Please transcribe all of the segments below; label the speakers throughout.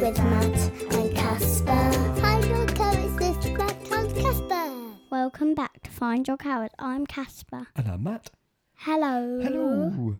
Speaker 1: with Matt and Casper. Find your carrots with Matt and Casper. Welcome back to Find Your Carrot. I'm Casper.
Speaker 2: And I'm Matt.
Speaker 1: Hello.
Speaker 2: Hello.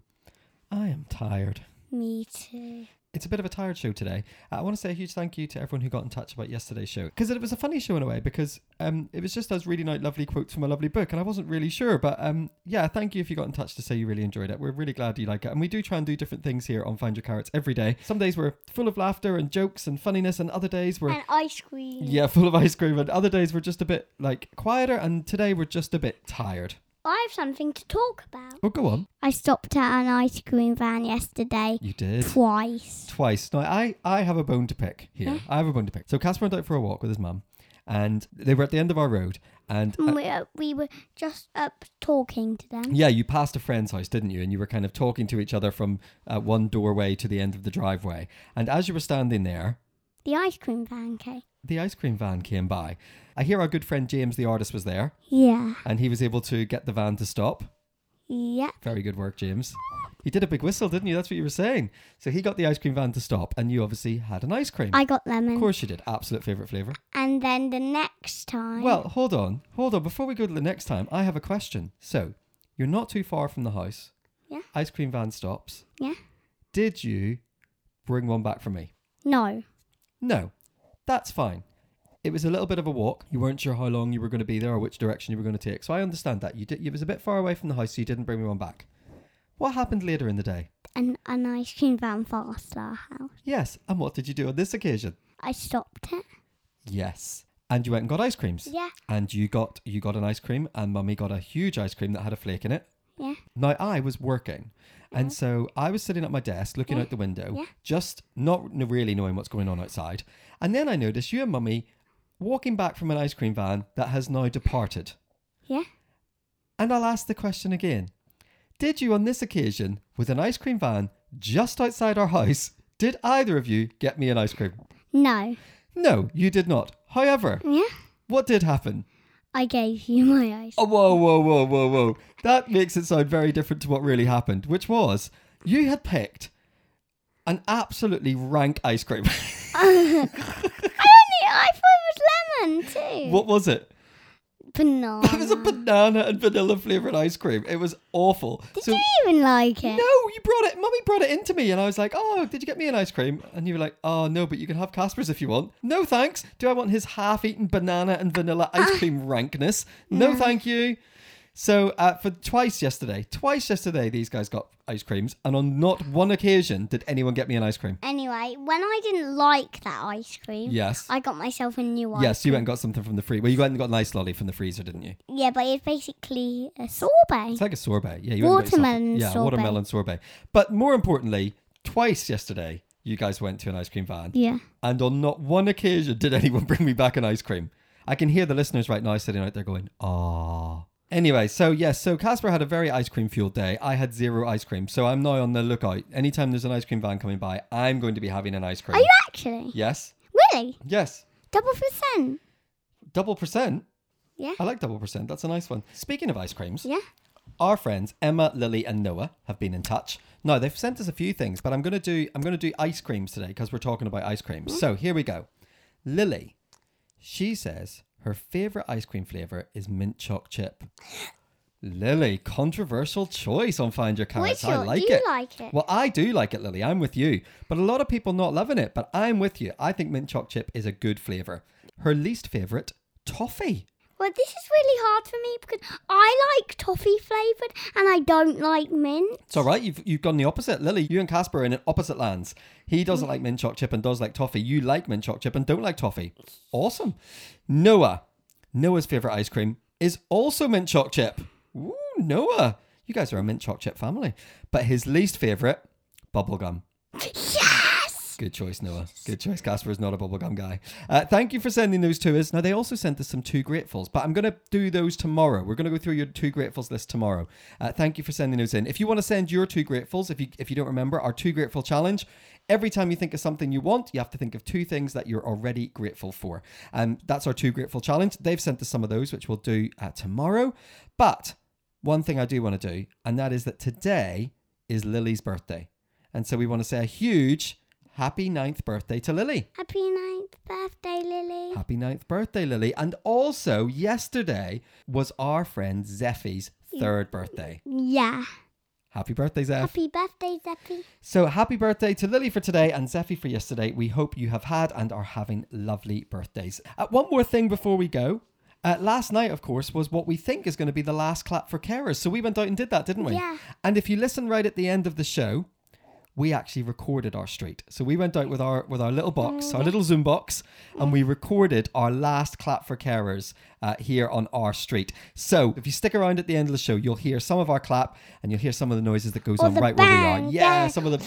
Speaker 2: I am tired.
Speaker 1: Me too.
Speaker 2: It's a bit of a tired show today. I want to say a huge thank you to everyone who got in touch about yesterday's show because it was a funny show in a way because um, it was just us reading out lovely quotes from a lovely book and I wasn't really sure. But um, yeah, thank you if you got in touch to say you really enjoyed it. We're really glad you like it. And we do try and do different things here on Find Your Carrots every day. Some days we're full of laughter and jokes and funniness, and other days we're
Speaker 1: And ice cream.
Speaker 2: yeah, full of ice cream. And other days we're just a bit like quieter. And today we're just a bit tired.
Speaker 1: I have something to talk about.
Speaker 2: Well, Oh, go on.
Speaker 1: I stopped at an ice cream van yesterday
Speaker 2: You did.
Speaker 1: twice.
Speaker 2: twice. Now, I, I have a bone to pick here. I have a bone to pick. So Casper went out for a walk with his mum, and they were at the end of our road. And
Speaker 1: And we, uh, we were just up talking to them.
Speaker 2: yeah, you passed a friend's house, didn't you? And you were kind of talking to each other from uh, one doorway to the end of the driveway. And as you were standing there,
Speaker 1: The ice cream van came.
Speaker 2: the ice cream van came by. I hear our good friend James, the artist, was there,
Speaker 1: Yeah.
Speaker 2: and he was able to get the van to stop.
Speaker 1: Yep.
Speaker 2: Very good work, James. He did a big whistle, didn't you? That's what you were saying. So he got the ice cream van to stop, and you obviously had an ice cream.
Speaker 1: I got lemon.
Speaker 2: of course you did. Absolute favourite flavour.
Speaker 1: And then the next time.
Speaker 2: Well, hold on, hold on. Before we go to the next time, I have a question. So, you're not too far from the house.
Speaker 1: Yeah.
Speaker 2: Ice cream van stops.
Speaker 1: Yeah.
Speaker 2: Did you bring one back for me?
Speaker 1: No.
Speaker 2: No, that's fine. It was a little bit of a walk. You weren't sure how long you were going to be there or which direction you were going to take. So I understand that you did. It was a bit far away from the house, so you didn't bring me one back. What happened later in the day?
Speaker 1: An, an ice cream van fast our house.
Speaker 2: Yes, and what did you do on this occasion?
Speaker 1: I stopped it.
Speaker 2: Yes, and you went and got ice creams.
Speaker 1: Yeah.
Speaker 2: And you got you got an ice cream, and Mummy got a huge ice cream that had a flake in it.
Speaker 1: Yeah.
Speaker 2: Now I was working, and so I was sitting at my desk looking out the window,
Speaker 1: Yeah.
Speaker 2: just not kn- really knowing what's going on outside. And then I noticed you and Mummy walking back from an ice cream van that has now departed.
Speaker 1: Yeah.
Speaker 2: And I'll ask the question again: Did you, on this occasion, with an ice cream van just outside our house, did either of you get me an ice cream?
Speaker 1: No.
Speaker 2: No, you did not. However,
Speaker 1: Yeah.
Speaker 2: what did happen?
Speaker 1: I gave you my ice.
Speaker 2: Oh, whoa, whoa, whoa, whoa, whoa. That makes it sound very different to what really happened, which was you had picked an absolutely rank ice cream.
Speaker 1: I only. I thought it was lemon too.
Speaker 2: what was it?
Speaker 1: Banana.
Speaker 2: It was a banana and vanilla flavoured ice cream. It was awful.
Speaker 1: Did you even like it?
Speaker 2: No, you brought it. Mummy brought it into me, and I was like, "Oh, did you get me an ice cream?" And you were like, "Oh no, but you can have Casper's if you want." No thanks. Do I want his half-eaten banana and vanilla ice cream rankness? No, thank you. So uh, for twice yesterday, twice yesterday, these guys got ice creams, and on not one occasion did anyone get me an ice cream.
Speaker 1: Anyway, when I didn't like that ice cream,
Speaker 2: Yes.
Speaker 1: I got myself a new one.
Speaker 2: Yes, you went and got something from the freezer. Well, you went and got an ice lolly from the freezer, didn't you?
Speaker 1: Yeah, but it's basically a sorbet.
Speaker 2: It's like a sorbet. Yeah, you went and got yourself a-
Speaker 1: Watermelon
Speaker 2: Yeah,
Speaker 1: sorbet.
Speaker 2: watermelon sorbet. But more importantly, twice yesterday, you guys went to an ice cream van.
Speaker 1: yeah.
Speaker 2: And on not one occasion did anyone bring me back an ice cream. I can hear the listeners right now sitting out there going, ah. Anyway, so yes, so Casper had a very ice cream fueled day. I had zero ice cream. So I'm now on the lookout. Anytime there's an ice cream van coming by, I'm going to be having an ice cream.
Speaker 1: Are you actually?
Speaker 2: yes.
Speaker 1: Really?
Speaker 2: Yes.
Speaker 1: Double percent?
Speaker 2: Double percent.
Speaker 1: Yeah.
Speaker 2: I like double percent. That's a nice one. Speaking of ice creams,
Speaker 1: Yeah.
Speaker 2: our friends Emma, Lily, and Noah have been in touch. Now they've sent us a few things, but I'm gonna do I'm gonna do ice creams today because we're talking about ice creams. So here we go. Lily, she says her favorite ice cream flavor is mint choc chip. Lily, controversial choice on Find Your Carrots.
Speaker 1: Which
Speaker 2: I
Speaker 1: one?
Speaker 2: like
Speaker 1: you
Speaker 2: it.
Speaker 1: like it?
Speaker 2: Well, I do like it, Lily. I'm with you. But a lot of people not loving it, but I'm with you. I think mint choc chip is a good flavor. Her least favorite, toffee.
Speaker 1: Well, this is really hard for me because I like toffee flavoured and I don't like mint.
Speaker 2: It's all right. You've you've gone the opposite, Lily. You and Casper are in opposite lands. He doesn't like mint choc chip and does like toffee. You like mint choc chip and don't like toffee. Awesome. Noah, Noah's favorite ice cream is also mint choc chip. Ooh, Noah, you guys are a mint choc chip family. But his least favorite, bubblegum.
Speaker 1: Yes!
Speaker 2: Good choice, Noah. Good choice. Casper is not a bubblegum guy. Uh, thank you for sending those to us. Now, they also sent us some Two Gratefuls, but I'm going to do those tomorrow. We're going to go through your Two Gratefuls list tomorrow. Uh, thank you for sending those in. If you want to send your Two Gratefuls, if you, if you don't remember, our Two Grateful Challenge, every time you think of something you want, you have to think of two things that you're already grateful for. And that's our Two Grateful Challenge. They've sent us some of those, which we'll do uh, tomorrow. But one thing I do want to do, and that is that today is Lily's birthday. And so we want to say a huge Happy ninth birthday to Lily.
Speaker 1: Happy ninth birthday, Lily.
Speaker 2: Happy ninth birthday, Lily. And also, yesterday was our friend Zeffy's third birthday.
Speaker 1: Yeah.
Speaker 2: Happy birthday, Zeff.
Speaker 1: Happy birthday, Zeppy.
Speaker 2: So happy birthday to Lily for today and Zeffy for yesterday. We hope you have had and are having lovely birthdays. Uh, one more thing before we go. Uh, last night, of course, was what we think is going to be the last clap for carers. So we went out and did that, didn't we?
Speaker 1: Yeah.
Speaker 2: And if you listen right at the end of the show, we actually recorded our street. So we went out with our with our little box, our little Zoom box, and we recorded our last clap for carers uh, here on our street. So if you stick around at the end of the show, you'll hear some of our clap and you'll hear some of the noises that goes
Speaker 1: Or
Speaker 2: on
Speaker 1: the
Speaker 2: right where we
Speaker 1: bang,
Speaker 2: are. Yeah,
Speaker 1: bang.
Speaker 2: some of the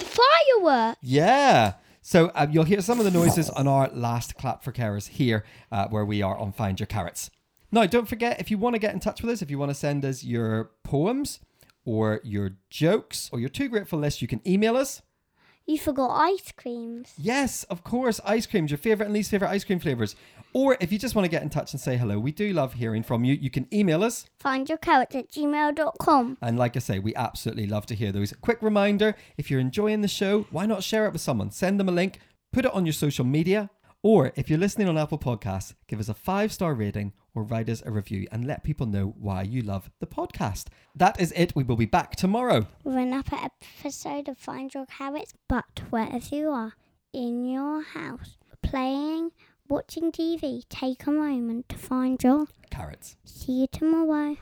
Speaker 1: Firework.
Speaker 2: yeah. So um, you'll hear some of the noises on our last clap for carers here, uh, where we are on Find Your Carrots. Now, don't forget if you want to get in touch with us, if you want to send us your poems or your jokes or your too grateful list, you can email us.
Speaker 1: You forgot ice creams.
Speaker 2: Yes, of course, ice creams, your favorite and least favorite ice cream flavors. Or if you just want to get in touch and say hello, we do love hearing from you. You can email us.
Speaker 1: Find your carrots at gmail.com.
Speaker 2: And like I say, we absolutely love to hear those. Quick reminder if you're enjoying the show, why not share it with someone? Send them a link, put it on your social media, or if you're listening on Apple Podcasts, give us a five star rating or write us a review and let people know why you love the podcast. That is it. We will be back tomorrow.
Speaker 1: With another episode of Find Your Carrots. But wherever you are, in your house, playing, watching TV, take a moment to find your.
Speaker 2: Carrots.
Speaker 1: See you tomorrow.